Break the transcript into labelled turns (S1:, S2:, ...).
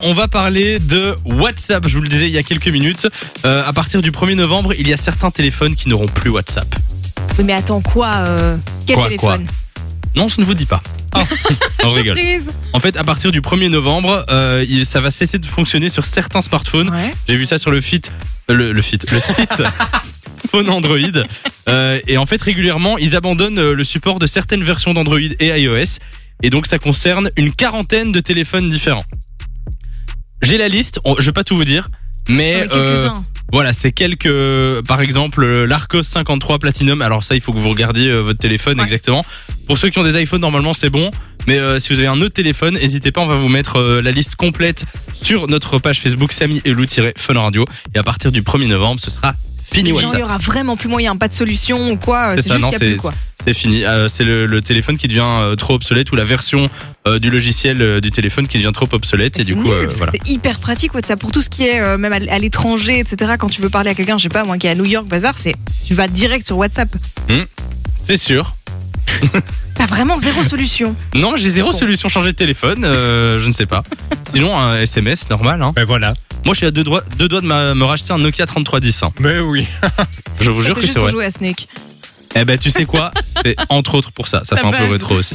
S1: On va parler de WhatsApp, je vous le disais il y a quelques minutes. Euh, à partir du 1er novembre, il y a certains téléphones qui n'auront plus WhatsApp.
S2: Oui, mais attends, quoi euh, Quel
S1: Quoi,
S2: téléphone
S1: Non, je ne vous dis pas. Ah, on rigole.
S2: Surprise
S1: En fait, à partir du 1er novembre, euh, il- ça va cesser de fonctionner sur certains smartphones.
S2: Ouais.
S1: J'ai vu ça sur le fit, le, le fit, le site Phone Android. Euh, et en fait, régulièrement, ils abandonnent euh, le support de certaines versions d'Android et iOS. Et donc, ça concerne une quarantaine de téléphones différents. J'ai la liste. On- je vais pas tout vous dire, mais
S2: Ah Oui,
S1: euh,
S2: quelques-uns.
S1: voilà, c'est quelques, par exemple, euh, l'Arcos 53 Platinum. Alors ça, il faut que vous regardiez euh, votre téléphone
S2: Ouais.
S1: exactement. Pour ceux qui ont des iPhones, normalement, c'est bon. Mais euh, si vous avez un autre téléphone, n'hésitez pas, on va vous mettre euh, la liste complète sur notre page Facebook Samy et Lou-Fun Radio. Et à partir du 1er novembre, ce sera fini
S2: Genre, il
S1: WhatsApp.
S2: y aura vraiment plus moyen, pas de solution ou quoi. euh,
S1: C'est
S2: C'est
S1: ça,
S2: juste
S1: non,
S2: qu'il y a
S1: c'est-
S2: plus quoi.
S1: C'est fini. Euh, c'est le, le téléphone qui devient euh, trop obsolète ou la version euh, du logiciel euh, du téléphone qui devient trop obsolète. Et
S2: C'est
S1: du
S2: nul,
S1: coup, euh,
S2: parce que
S1: voilà.
S2: c'est hyper pratique WhatsApp pour tout ce qui est euh, même à à l'étranger, etc. Quand tu veux parler à quelqu'un, je sais pas moi qui est à New York, bazar, c'est tu vas direct sur WhatsApp.
S1: C'est sûr.
S2: T'as vraiment zéro solution.
S1: Non, j'ai zéro
S2: Bon.
S1: solution changer de téléphone, euh, je ne sais pas. Sinon, un SMS normal. Hein.
S3: Ben voilà.
S1: Moi, je suis à deux doigts, deux doigts de ma- me racheter un Nokia 3310. hein.
S3: Mais oui.
S1: Je vous
S2: Ça,
S1: jure que
S2: Bah, c'est juste
S1: c'est
S2: pour
S1: vrai.
S2: jouer à Snake.
S1: Eh ben, tu sais quoi C'est entre autres pour ça. Ça
S2: La
S1: fait un peu
S2: base.
S1: rétro aussi.